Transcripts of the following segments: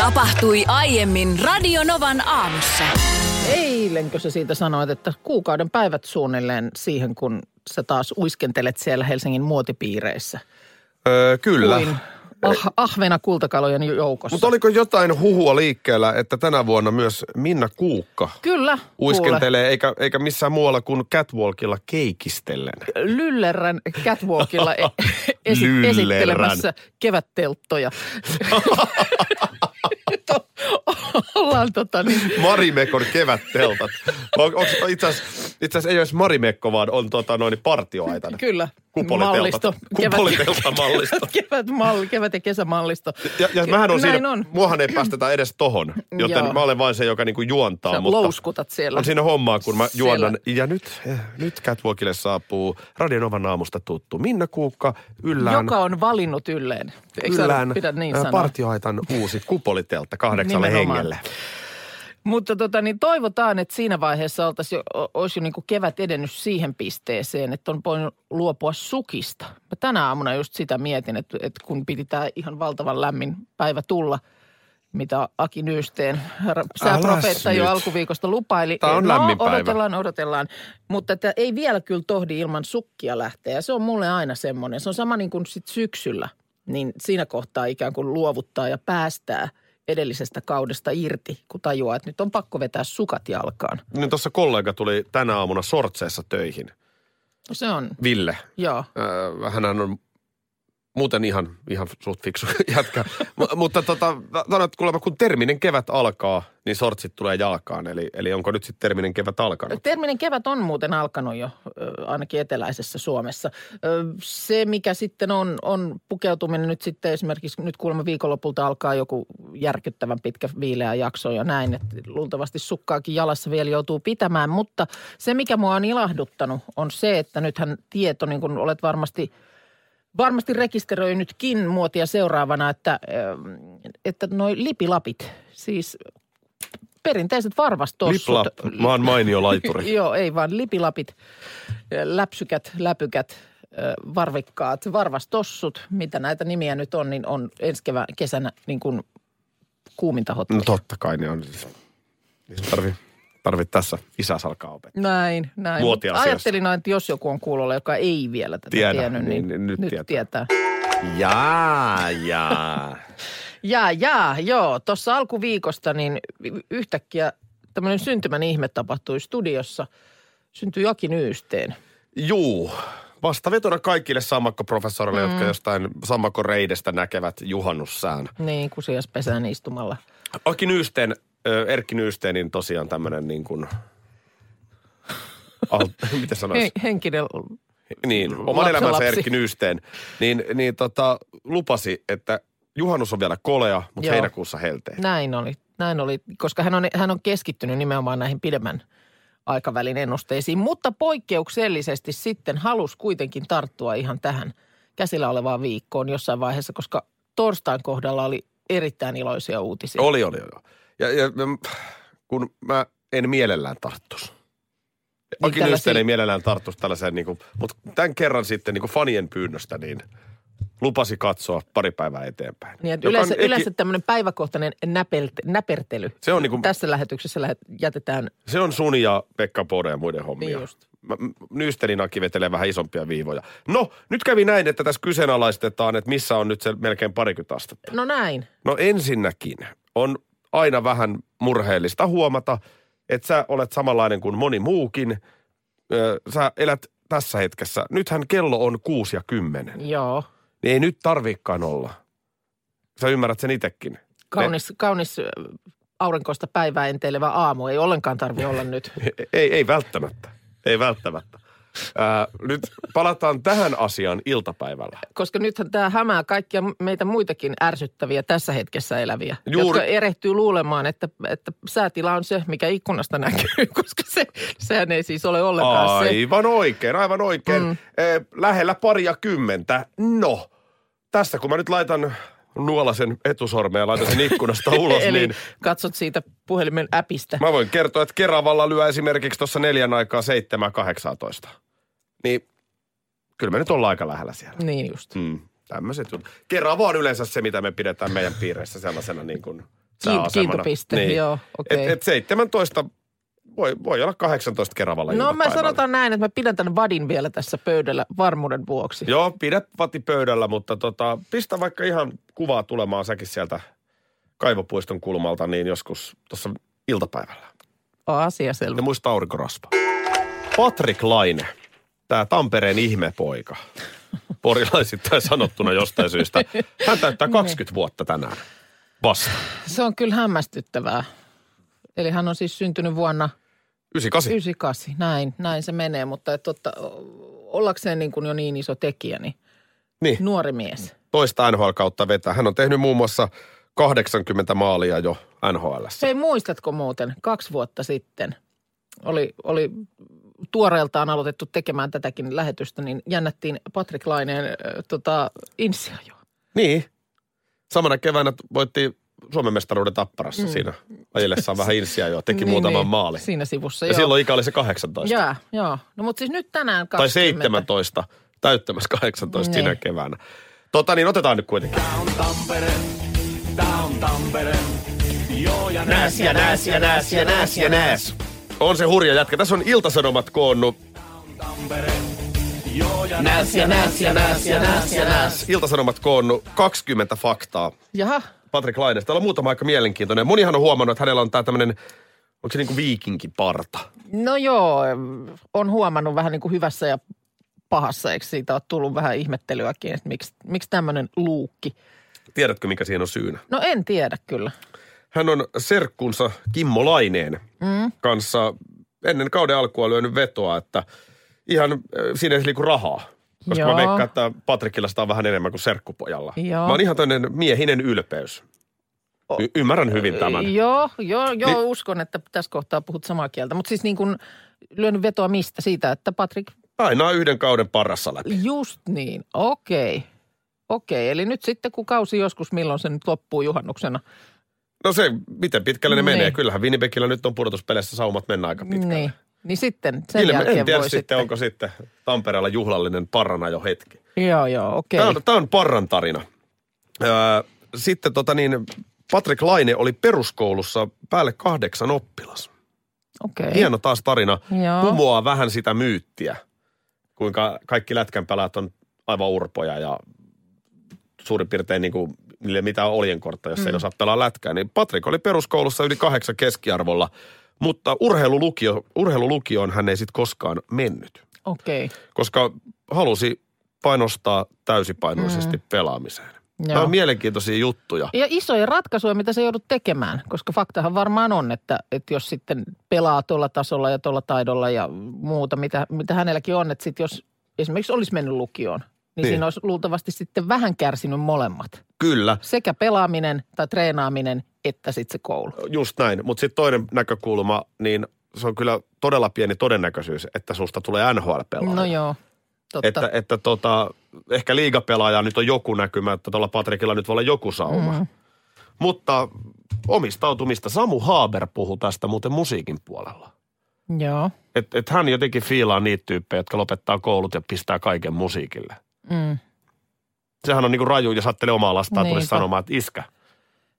Tapahtui aiemmin Radionovan aamussa. Eilenkö sä siitä sanoit, että kuukauden päivät suunnilleen siihen, kun sä taas uiskentelet siellä Helsingin muotipiireissä? Öö, kyllä. Kuin ah, ahvena kultakalojen joukossa. Mutta oliko jotain huhua liikkeellä, että tänä vuonna myös Minna Kuukka Kyllä. uiskentelee, eikä, eikä missään muualla kuin catwalkilla keikistellen? kuule, Lyllerän catwalkilla e- esi- Lyllerän. esittelemässä kevättelttoja. Nyt o- Ollaan tota niin, Marimekon kevätteltat. On, onks, itse asiassa itse asiassa ei ole edes Marimekko, vaan on tota, noin partioaitana. kyllä, Kupoliteltat. Kupoliteltamallisto. Kevät, kevät, kevät ja kesämallisto. Ja, ja mähän on Näin siinä, on. muahan ei päästetä edes tohon, joten Joo. mä olen vain se, joka niinku juontaa. Sä mutta louskutat siellä. On siinä hommaa, kun mä Siellä. juonnan. Ja nyt, eh, nyt Catwalkille saapuu Radionovan aamusta tuttu Minna Kuukka, yllään, Joka on valinnut ylleen. Eikö sä yllään pidä niin eh, sanoa? partioaitan uusi kupoliteltta kahdeksalle Nimenomaan. hengelle. Mutta tota, niin toivotaan, että siinä vaiheessa oltaisi jo, o- olisi jo niin kuin kevät edennyt siihen pisteeseen, että on voinut luopua sukista. Mä tänä aamuna just sitä mietin, että, että kun piti tämä ihan valtavan lämmin päivä tulla, mitä Aki Nyysteen ra- sääprofeetta jo nyt. alkuviikosta lupaili. Tää on no, lämmin päivä. odotellaan, odotellaan. Mutta että ei vielä kyllä tohdi ilman sukkia lähteä. Se on mulle aina semmoinen. Se on sama niin kuin sit syksyllä. Niin siinä kohtaa ikään kuin luovuttaa ja päästää edellisestä kaudesta irti, kun tajuaa, että nyt on pakko vetää sukat jalkaan. Niin tuossa kollega tuli tänä aamuna sortseessa töihin. No se on, Ville. joo. Äh, hänhän on muuten ihan, ihan suht fiksu jätkä. M- mutta tota, sanoit, että kuulemma kun terminen kevät alkaa, niin sortsit tulee jalkaan. Eli, eli onko nyt sitten terminen kevät alkanut? Terminen kevät on muuten alkanut jo, ö, ainakin eteläisessä Suomessa. Ö, Se, mikä sitten on, on pukeutuminen nyt sitten esimerkiksi, nyt kuulemma viikonlopulta alkaa joku järkyttävän pitkä viileä jakso ja näin, että luultavasti sukkaakin jalassa vielä joutuu pitämään. Mutta se, mikä mua on ilahduttanut, on se, että nythän tieto, niin kuin olet varmasti – varmasti rekisteröinytkin muotia seuraavana, että, ähm, että noi lipilapit, siis perinteiset varvastossut. Liplap, mä oon mainio laituri. Joo, ei vaan lipilapit, äh, läpsykät, läpykät, äh, varvikkaat, varvastossut, mitä näitä nimiä nyt on, niin on ensi kevään, kesänä niin kuin kuuminta hottia. No totta kai ne on. Niin se Tarvi, tarvi tässä isäsalkaa opettaa. Näin, näin. Muotiasioista. Ajattelin aina, että jos joku on kuulolla, joka ei vielä tätä Tiedä, tiennyt, niin, niin- niin nyt nyt tietää. tietää. Jaa, jaa. Jaa, jaa, joo. Tuossa alkuviikosta niin y- yhtäkkiä tämmöinen syntymän ihme tapahtui studiossa. Syntyi Aki Nyysteen. Juu. Vastavetona kaikille sammakkoprofessorille, mm. jotka jostain sammakkoreidestä näkevät juhannussään. Niin, kusiaspesään istumalla. Aki Nyysten, ö, Erkki Nyystenin tosiaan tämmönen niin kuin... Al, mitä He, sanois? henkinen, Niin, oman lapsen elämänsä lapsi. Erkki Nyysteen. Niin, niin tota, lupasi, että juhannus on vielä kolea, mutta Joo. heinäkuussa helteet. näin oli, näin oli, koska hän on, hän on keskittynyt nimenomaan näihin pidemmän aikavälin ennusteisiin. Mutta poikkeuksellisesti sitten halusi kuitenkin tarttua ihan tähän käsillä olevaan viikkoon jossain vaiheessa, koska torstain kohdalla oli erittäin iloisia uutisia. Oli, oli, oli. Ja, ja ja kun mä en mielellään tarttus. Aki tällaisiin- Nysten ei mielellään tarttus tällaiseen, niin kuin, mutta tämän kerran sitten niin kuin fanien pyynnöstä niin lupasi katsoa pari päivää eteenpäin. Niin, että Joka on yleensä, Eki- yleensä tämmöinen päiväkohtainen näpelt- näpertely. Se on niinku- Tässä lähetyksessä lähet, jätetään, Se on sun ja Pekka Pore ja muiden hommia. Niin just. Mä- m- Nystenin Aki vetelee vähän isompia viivoja. No, nyt kävi näin, että tässä kyseenalaistetaan, että missä on nyt se melkein parikymmentä astetta. no näin, No ensinnäkin on aina vähän murheellista huomata, että sä olet samanlainen kuin moni muukin. Ö, Sä elät tässä hetkessä. Nythän kello on kuusi ja kymmenen. joo. Niin ei nyt tarvikaan olla. Sä ymmärrät sen itekin. Kaunis, kaunis ö, aurinkoista päivää enteilevä aamu. Ei ollenkaan tarvi olla nyt. Ei, ei välttämättä. Ei välttämättä. Ää, nyt palataan tähän asiaan iltapäivällä. Koska nythän tämä hämää kaikkia meitä muitakin ärsyttäviä tässä hetkessä eläviä, Juuri. Juuri. jotka erehtyy luulemaan, että, että säätila on se, mikä ikkunasta näkyy, koska se, sehän ei siis ole ollenkaan se. Aivan oikein, aivan oikein. Mm. Mm. Lähellä paria kymmentä. No, tässä kun mä nyt laitan nuolasen etusormen ja laitan sen ikkunasta ulos, Eli niin katsot siitä puhelimen äpistä. mä voin kertoa, että Keravalla lyö esimerkiksi tuossa neljän aikaa 7.18. Niin kyllä me nyt ollaan aika lähellä siellä. Niin just. Mm. Tämmöiset jutut. Kerava on yleensä se, mitä me pidetään meidän piireissä sellaisena niin kuin Kiin, kiintopiste, niin. joo, okei. Et, et 17 voi, voi olla 18 keravalla No mä iltapäivällä. sanotaan näin, että mä pidän tämän vadin vielä tässä pöydällä varmuuden vuoksi. Joo, pidä vati pöydällä, mutta tota, pistä vaikka ihan kuvaa tulemaan säkin sieltä kaivopuiston kulmalta, niin joskus tuossa iltapäivällä. Asia Ja selvä. muista aurinkorasva. Patrik Laine, tämä Tampereen ihmepoika. Porilaisittain sanottuna jostain syystä. Hän täyttää 20 vuotta tänään vasta. Se on kyllä hämmästyttävää. Eli hän on siis syntynyt vuonna 98. 98, näin, näin se menee, mutta et totta, ollakseen niin kuin jo niin iso tekijä, niin Niin, nuori mies. toista NHL-kautta vetää. Hän on tehnyt muun muassa 80 maalia jo NHLssä. Hei, muistatko muuten, kaksi vuotta sitten oli, oli tuoreeltaan aloitettu tekemään tätäkin lähetystä, niin jännättiin Patrik Laineen äh, tota, insiajoa. Niin. Samana keväänä voitti Suomen mestaruuden tapparassa mm. siinä. Ajellessaan vähän insiä jo, teki niin, muutaman niin. maalin. Siinä sivussa, Ja joo. silloin ikä oli se 18. Jaa, joo. No mutta siis nyt tänään 20. tai 17, täyttämässä 18 sinä Niin. keväänä. Tota niin, otetaan nyt kuitenkin. Nääs ja nääs ja nääs ja nääs ja nääs. On se hurja jätkä. Tässä on iltasanomat koonnut. Nääs ja nääs ja nääs ja nääs ja nääs. Iltasanomat koonnut 20 faktaa Jaha, Patrick Lainesta. Täällä on muutama aika mielenkiintoinen. Monihan on huomannut, että hänellä on tää tämmönen, onko se niinku viikinkiparta? no joo, on huomannut vähän niin kuin hyvässä ja pahassa, eikö siitä ole tullut vähän ihmettelyäkin, että miksi, miksi tämmöinen luukki? Tiedätkö, mikä siinä on syynä? No en tiedä kyllä. Hän on serkkunsa Kimmo Laineen mm. kanssa ennen kauden alkua lyönyt vetoa, että ihan äh, siinä ei liiku rahaa. Koska Joo. mä Joo. veikkaan, että Patrikilla sitä on vähän enemmän kuin serkkupojalla. Joo. Mä oon ihan tämmöinen miehinen ylpeys. Y- ymmärrän hyvin tämän. Joo, joo, joo Niin- niin. uskon, että tässä kohtaa puhut samaa kieltä. Mutta siis niin kuin lyönyt vetoa mistä? Siitä, että Patrik, Aina on yhden kauden parassa läpi. just niin, okei. Okei, eli nyt sitten kun kausi joskus, milloin se nyt loppuu juhannuksena? No se, miten pitkälle ne Niin. menee. Kyllähän Winnipegillä nyt on pudotuspeleissä saumat mennä aika pitkälle. Niin, niin sitten sen Ilme- jälkeen en tiedä voi sitten, onko sitten Tampereella juhlallinen parana jo hetki. Joo, joo, okei. Tämä on, tämä on parran tarina. Öö, sitten tota niin, Patrick Laine oli peruskoulussa päälle kahdeksan oppilas. Okei. Hieno taas tarina. Joo. Kumoaa vähän sitä myyttiä, kuinka kaikki lätkänpelät on aivan urpoja ja suurin piirtein niin kuin, niille ei mitään oljenkortta, jos mm. ei osaa pelaa lätkää. Niin Patrick oli peruskoulussa yli kahdeksan keskiarvolla, mutta urheilulukio, urheilulukioon hän ei sitten koskaan mennyt Okei, koska halusi panostaa täysipainoisesti mm. pelaamiseen. Nämä joo. on mielenkiintoisia juttuja. Ja isoja ratkaisuja, mitä sä joudut tekemään, koska faktahan varmaan on, että, että jos sitten pelaa tuolla tasolla ja tuolla taidolla ja muuta, mitä, mitä hänelläkin on, että sit jos esimerkiksi olisi mennyt lukioon, niin, Niin. niin siinä olisi luultavasti sitten vähän kärsinyt molemmat. Kyllä, Sekä pelaaminen tai treenaaminen, että sitten se koulu. just näin. Mutta sitten toinen näkökulma, niin se on kyllä todella pieni todennäköisyys, että susta tulee NHL-pelaaja. No joo, totta. Että, että tota, ehkä liigapelaaja nyt on joku näkymä, että tuolla Patrikilla nyt voi olla joku sauma. Mm. Mutta omistautumista. Samu Haaber puhuu tästä muuten musiikin puolella. Joo, Että et hän jotenkin fiilaa niitä tyyppejä, jotka lopettaa koulut ja pistää kaiken musiikille. mm. sehän on niinku raju ja sattelee omaa lastaan tuli Niinpä. sanomaan, että iskä,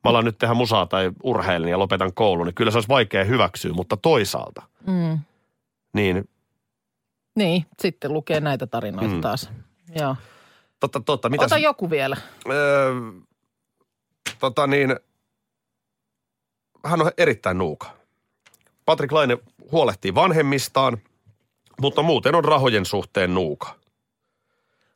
mä alan nyt tehdä musaa tai urheilen ja lopetan koulun. Niin kyllä se olisi vaikea hyväksyä, mutta toisaalta, Mm. niin Niin, sitten lukee näitä tarinoita Mm. mm. taas. Joo. totta, totta. Mitäs, Ota joku vielä. öö, tota niin, hän on erittäin nuuka. Patrik Laine huolehtii vanhemmistaan, mutta muuten on rahojen suhteen nuuka.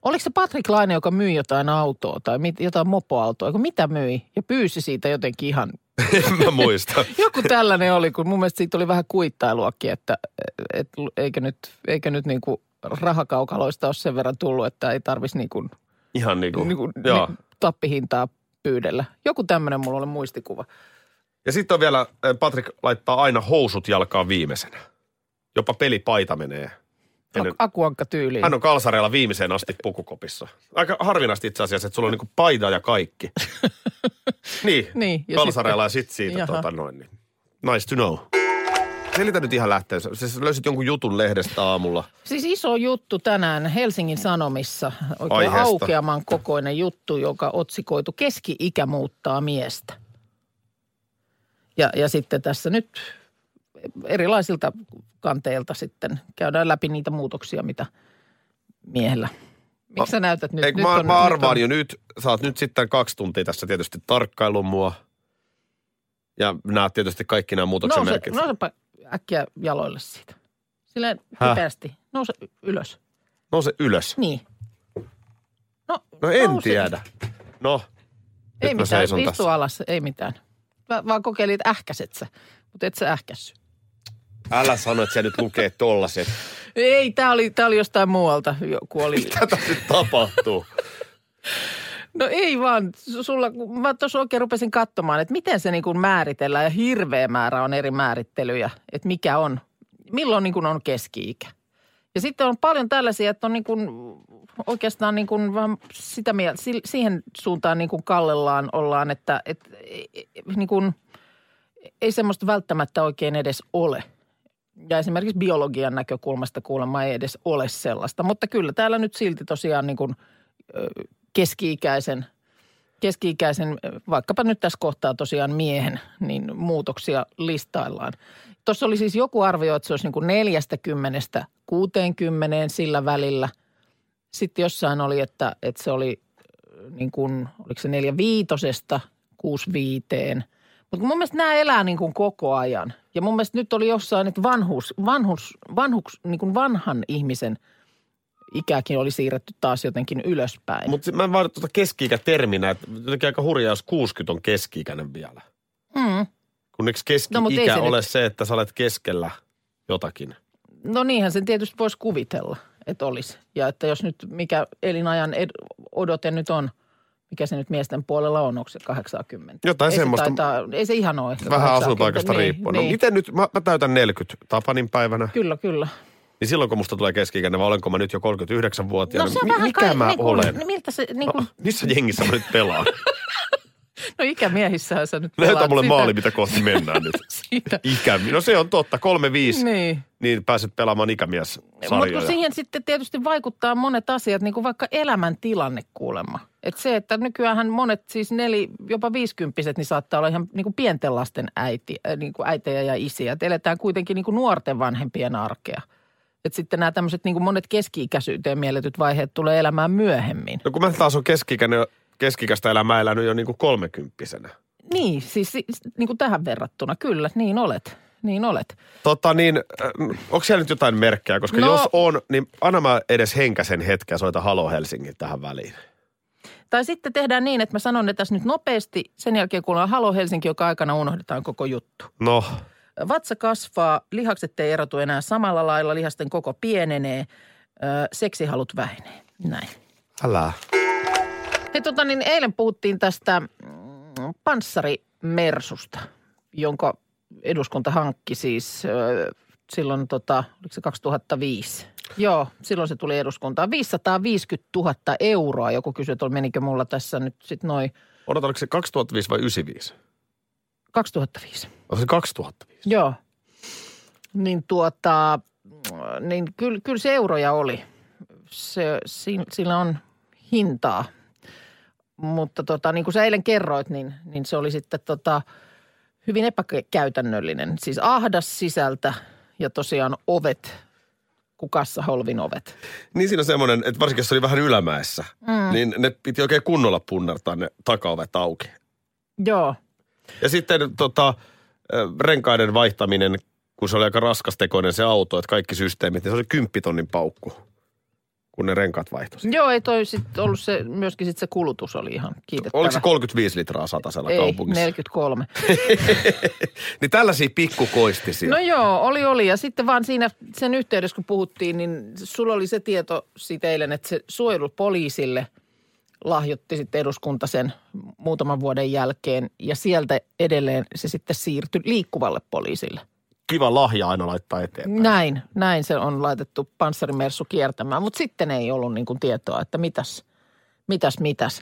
Oliko se Patrik Laine, joka myi jotain autoa tai mit, jotain mopoautoa, eikö mitä myi? Ja pyysi siitä jotenkin ihan, en mä muista. joku tällainen oli, kun mun mielestä siitä oli vähän kuittailuakin, että et, eikö nyt, eikö nyt niin kuin rahakaukaloista ole sen verran tullut, että ei tarvitsisi niin kuin, Ihan niin kuin, niin kuin joo. niin tappihintaa pyydellä. Joku tämmöinen mulla oli muistikuva. Ja sitten on vielä, äh, Patrick laittaa aina housut jalkaan viimeisenä. Jopa pelipaita menee. Ennen, Akuankka tyyliin. hän on kalsareilla viimeiseen asti pukukopissa. Aika harvinaista itse asiassa, että sulla on niinku paita ja kaikki. niin, Niin, ja kalsareilla ja sitten siitä Jaha. tota noin. Niin. Nice to know. Selitä nyt ihan lähteen. Siis löysit jonkun jutun lehdestä aamulla. Siis iso juttu tänään Helsingin Sanomissa, oikein Aiheesta. aukeaman kokoinen juttu, joka otsikoitu Keski-ikä muuttaa miestä. Ja, ja sitten tässä nyt erilaisilta kanteilta sitten käydään läpi niitä muutoksia, mitä miehellä. Miksi sä näytät nyt? Ei, nyt mä, on- mä nyt arvaan on- jo nyt. Sä oot nyt sitten kaksi tuntia tässä tietysti tarkkaillut mua. Ja nämä tietysti kaikki nämä muutoksen Nouse, merkit. nousepa äkkiä jaloille siitä. Silleen Häh? kipeästi. Nouse ylös. Nouse ylös. Niin. No, No en nouse. tiedä. No, Ei nyt mä mitään, seison istu tässä. alas, ei mitään. Mä vaan kokeilit, että ähkäset sä, mutta et sä ähkässy. Älä sano, että sä nyt lukee tollaset. Ei, tää oli, tää oli jostain muualta, joku oli. Tätä nyt tapahtuu. No ei vaan, su- sulla, kun mä tuossa oikein rupesin katsomaan, että miten se niin kuin määritellään ja hirveä määrä on eri määrittelyjä, että mikä on, milloin niin kuin on keski-ikä. Ja sitten on paljon tällaisia, että on niin kuin oikeastaan niin kuin vähän sitä mieltä, si- siihen suuntaan niin kuin kallellaan ollaan, että, että e- e- niin kuin, ei semmoista välttämättä oikein edes ole. Ja esimerkiksi biologian näkökulmasta kuulemma ei edes ole sellaista. Mutta kyllä täällä nyt silti tosiaan niin kuin ö, keski-ikäisen, keski-ikäisen, ö, vaikkapa nyt tässä kohtaa tosiaan miehen, niin muutoksia listaillaan. Tuossa oli siis joku arvio, että se olisi niin kuin 40 60 sillä välillä. Sitten jossain oli, että, että se oli ö, niin kuin, oliko se neljä viitosesta kuusi viiteen. Mutta mun mielestä nämä elää niin kuin koko ajan. Ja mun mielestä nyt oli jossain, että vanhus, vanhus, vanhus niin kuin vanhan ihmisen ikäkin oli siirretty taas jotenkin ylöspäin. Mutta mä en vaan tuota keski-ikäterminä, että jotenkin aika hurjaa, jos 60 on keski-ikäinen vielä. Mm. Kun eikö No, mut ei keski-ikä se ole nyt- se, että sä olet keskellä jotakin? No niinhän sen tietysti voisi kuvitella, että olisi. Ja että jos nyt mikä elinajan ed- odote nyt on, mikä se nyt miesten puolella on, onko se 80? Jotain ei semmoista. Se taitaa, ei se ihan ole. ehkä Vähän 80, asuntoaikasta niin, riippuen. Niin. No miten nyt, mä, mä täytän 40 Tapanin päivänä, Kyllä, kyllä. No niin silloin kun musta tulee keski-ikäinen, vai olenko mä nyt jo 39-vuotiaana? No se Mi- vähän mikä kai, mä niin kuin- olen? Ah, No. niin Miltä se, niin kuin, Missä jengissä mä nyt pelaan? no ikämiehissähän sä nyt Näytä pelaat mulle sitä- maali, mitä kohti mennään nyt. Siitä. Ikä. No se on totta, 3-5, niin. Niin. niin pääset pelaamaan Mutta kun ikämies-sarjoja. siihen sitten tietysti vaikuttaa monet asiat, niin kuin vaikka elämäntilanne kuulemma. Et se, että nykyään monet siis neli, jopa viisikymppiset, niin saattaa olla ihan niin kuin pienten lasten äiti, äh, niin kuin äitejä ja isiä. Et eletään kuitenkin niin kuin nuorten vanhempien arkea. Et sitten nämä tämmöiset niin kuin monet keski-ikäisyyteen mielletyt vaiheet tulee elämään myöhemmin. No kun mä taas on keskikäinen, keskikäistä elämää elänyt jo niin kuin kolmekymppisenä. Niin, siis, siis niin kuin tähän verrattuna. Kyllä, niin olet. Niin olet. Tota niin, äh, onko siellä nyt jotain merkkejä? Koska No- no. jos on, niin anna mä edes henkäsen hetken ja soita Halo Helsingin tähän väliin. Tai sitten tehdään niin, että mä sanon ne tässä nyt nopeasti. Sen jälkeen kuullaan Halo Helsinki, joka aikana unohdetaan koko juttu. No, Vatsa kasvaa, lihakset ei erotu enää samalla lailla, lihasten koko pienenee, ö, seksihalut vähenee. Näin. älä. Hei, tota, niin eilen puhuttiin tästä mm, panssarimersusta, jonka eduskunta hankki siis ö, silloin, tota, oliko se 2005? Joo, silloin se tuli eduskuntaan. 550 000 euroa. Joku kysyi, että menikö mulla tässä nyt sitten noin Odotan, oliko se 2005 vai 95? 2005. Onko se 2005? Joo. Niin tuota, niin kyllä, kyllä se euroja oli. Se, si- sillä on hintaa. Mutta tota, niin kuin sä eilen kerroit, niin, niin se oli sitten tota, hyvin epäkäytännöllinen. Siis ahdas sisältä ja tosiaan ovet, kukassa holvin ovet. Niin siinä on semmoinen, että varsinkin jos se oli vähän ylämäessä, mm. niin ne piti oikein kunnolla punnertaa ne takaovet auki. Joo, Ja sitten tota, äh, renkaiden vaihtaminen, kun se oli aika raskastekoinen se auto, että kaikki systeemit, niin se oli kymppitonnin paukku. kun ne renkaat vaihtuisi. Joo, ei toi sit ollut se, myöskin sit se kulutus oli ihan kiitettävä. Oliko se 35 litraa satasella Ei, kaupungissa? 43. Niin tällaisia pikkukoistisia. No joo, oli oli. Ja sitten vaan siinä sen yhteydessä, kun puhuttiin, niin sulla oli se tieto siitä eilen, että se suojelupoliisille lahjoitti sitten eduskunta sen muutaman vuoden jälkeen. Ja sieltä edelleen se sitten siirtyi liikkuvalle poliisille. Kiva lahja aina laittaa eteenpäin. No. Näin, näin se on laitettu panssarimersu kiertämään, mutta sitten ei ollut niin kuin tietoa, että mitäs, mitäs, mitäs.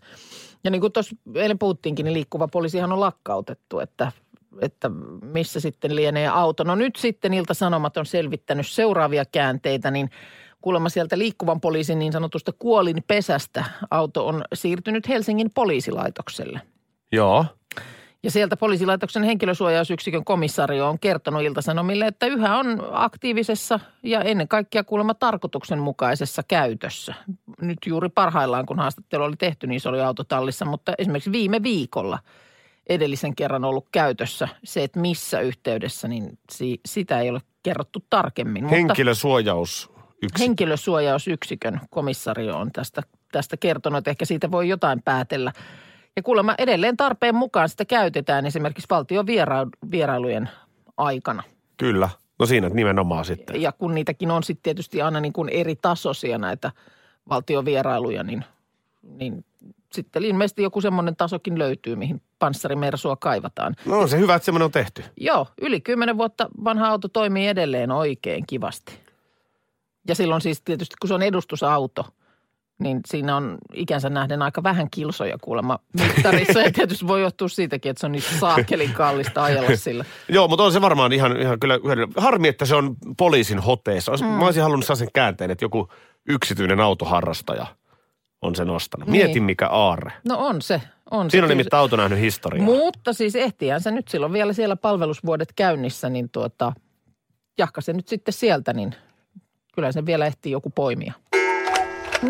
Ja niin kuin tuossa eilen puhuttiinkin, niin liikkuva poliisihan on lakkautettu, että, että missä sitten lienee auto. No nyt sitten Ilta-Sanomat on selvittänyt seuraavia käänteitä, niin kuulemma sieltä liikkuvan poliisin niin sanotusta kuolinpesästä auto on siirtynyt Helsingin poliisilaitokselle. Joo. Ja sieltä poliisilaitoksen henkilösuojausyksikön komissario on kertonut Iltasanomille, että yhä on aktiivisessa ja ennen kaikkea kuulemma tarkoituksenmukaisessa käytössä. Nyt juuri parhaillaan, kun haastattelu oli tehty, niin se oli autotallissa, mutta esimerkiksi viime viikolla edellisen kerran ollut käytössä se, että missä yhteydessä, niin si- sitä ei ole kerrottu tarkemmin. Mutta Henkilösuojaus yksi. henkilösuojausyksikön komissario on tästä, tästä kertonut, että ehkä siitä voi jotain päätellä. Ja kuulemma edelleen tarpeen mukaan sitä käytetään esimerkiksi valtion viera- vierailujen aikana. Kyllä. No siinä nimenomaan sitten. Ja kun niitäkin on sitten tietysti aina niin kuin eri tasoisia näitä valtiovierailuja, niin, niin sitten ilmeisesti joku semmoinen tasokin löytyy, mihin panssarimersua kaivataan. No on se hyvä, että semmoinen on tehty. Joo, yli 10 vuotta vanha auto toimii edelleen oikein kivasti. Ja silloin siis tietysti, kun se on edustusauto, niin siinä on ikänsä nähden aika vähän kilsoja kuulemma mittarissa. Ja tietysti voi johtua siitäkin, että se on niin saakelin kallista ajella sillä. Joo, mutta on se varmaan ihan, ihan kyllä hyödyllinen. Harmi, että se on poliisin hoteessa. Mm. Ois- Mä olisin halunnut sellaisen käänteen, että joku yksityinen autoharrastaja on sen ostanut. Niin. Mieti mikä aarre. No on se, on se. Siinä kyllä. on nimittäin auto nähnyt historiaa. Mutta siis ehtiään se nyt silloin vielä siellä palvelusvuodet käynnissä, niin tuota, jahka se nyt sitten sieltä, niin kyllä se vielä ehtii joku poimia.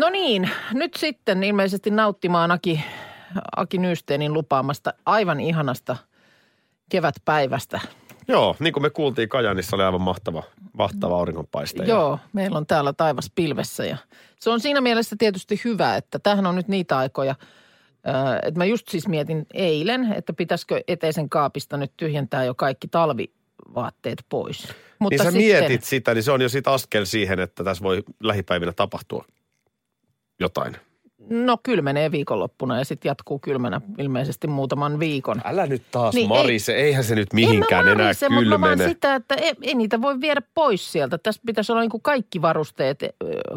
No niin, nyt sitten ilmeisesti nauttimaan Aki, Aki Nysteenin lupaamasta aivan ihanasta kevätpäivästä. Joo, niin kuin me kuultiin Kajanissa, oli aivan mahtava, mahtava auringonpaiste. Ja Joo, meillä on täällä taivas pilvessä ja se on siinä mielessä tietysti hyvä, että tämähän on nyt niitä aikoja, ö, että mä just siis mietin eilen, että pitäisikö eteisen kaapista nyt tyhjentää jo kaikki talvivaatteet pois. Mutta niin sä mietit sitä, niin se on jo sit askel siihen, että tässä voi lähipäivinä tapahtua jotain. No kylmenee viikonloppuna ja sitten jatkuu kylmänä ilmeisesti muutaman viikon. Älä nyt taas Niin, niin, marise, eihän se nyt mihinkään en mä enää marise, mutta mä vaan kylmene. sitä, että ei, ei niitä voi viedä pois sieltä. Tässä pitäisi olla niin kuin kaikki varusteet ö,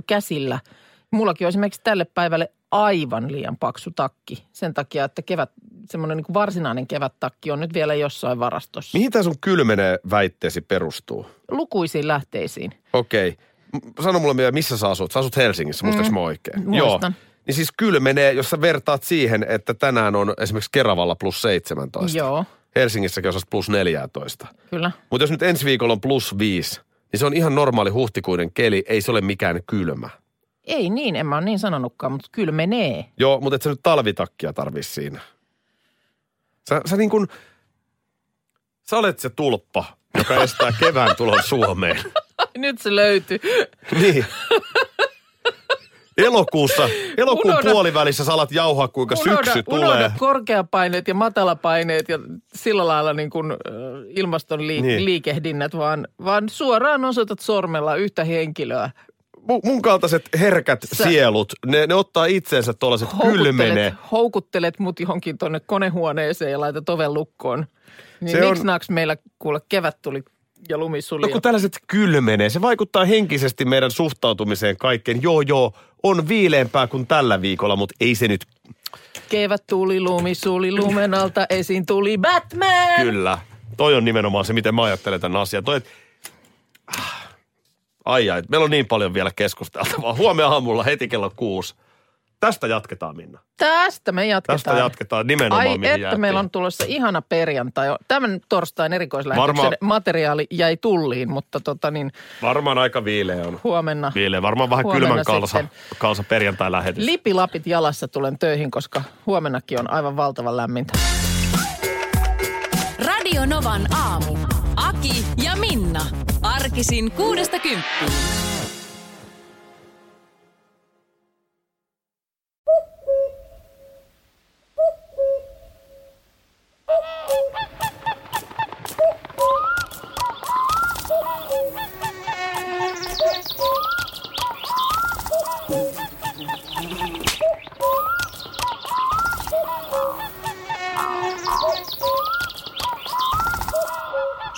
käsillä. Mullakin on esimerkiksi tälle päivälle aivan liian paksu takki. Sen takia, että kevät, semmoinen niin kuin varsinainen kevättakki on nyt vielä jossain varastossa. Mihin tämä sun kylmenee väitteesi perustuu? Lukuisiin lähteisiin. Okei. M- Sano mulle vielä, missä sä asut? Sä asut Helsingissä, muistaaks mä oikein? Mm. Muistan. Joo. Niin siis kylmenee, jos sä vertaat siihen, että tänään on esimerkiksi Keravalla plus 17. Joo, Helsingissäkin osas plus 14. kyllä. Mutta jos nyt ensi viikolla on plus 5, niin se on ihan normaali huhtikuinen keli, ei se ole mikään kylmä. Ei niin, en mä ole niin sanonutkaan, mutta kylmenee. Joo, mutta et sä nyt talvitakkia tarvii siinä. Sä, sä niin kun, sä olet se tulppa, joka estää kevään tulon Suomeen. Nyt se löytyy. Niin. Elokuussa, elokuun Unohda- puolivälissä sä alat jauhaa, kuinka syksy unohda tulee. korkeapaineet ja matalapaineet ja sillä lailla niin kuin äh, ilmaston li- niin. Niin. liikehdinnät, vaan, vaan suoraan osoitat sormella yhtä henkilöä. Mun, mun kaltaiset herkät Sä- sä... sielut, ne, ne ottaa itseensä tuollaiset kylmenee. houkuttelet mut johonkin tuonne konehuoneeseen ja laitat oven lukkoon. Niin Se Se on- miksi naks meillä kuule kevät tuli ja lumi suli? No kun tällaiset kylmenee, se vaikuttaa henkisesti meidän suhtautumiseen kaikkeen. Joo, joo, on viileämpää kuin tällä viikolla, mutta ei se nyt Kevät tuli, lumi suli, lumen alta esiin tuli Batman! kyllä. Toi on nimenomaan se, miten mä ajattelen tämän asian. Toi, et... Ah. Ai ai, meillä on niin paljon vielä keskusteltavaa. Huomenna aamulla heti kello kuusi. Tästä jatketaan, Minna. Tästä me jatketaan. Tästä jatketaan nimenomaan, Ai mihin että jäätiin. meillä on tulossa ihana perjantai. Tämän torstain erikoislähetyksen Varmaan- materiaali jäi tulliin, mutta tota niin, Varmaan aika viileä on. huomenna Viileä, varmaan vähän Huomenna kylmän kalsa, sitten. kalsa perjantai lähetys. lipilapit jalassa tulen töihin, koska huomennakin on aivan valtavan lämmintä. Radio Novan aamu. Aki ja Minna. Arkisin kuudesta kymppiin.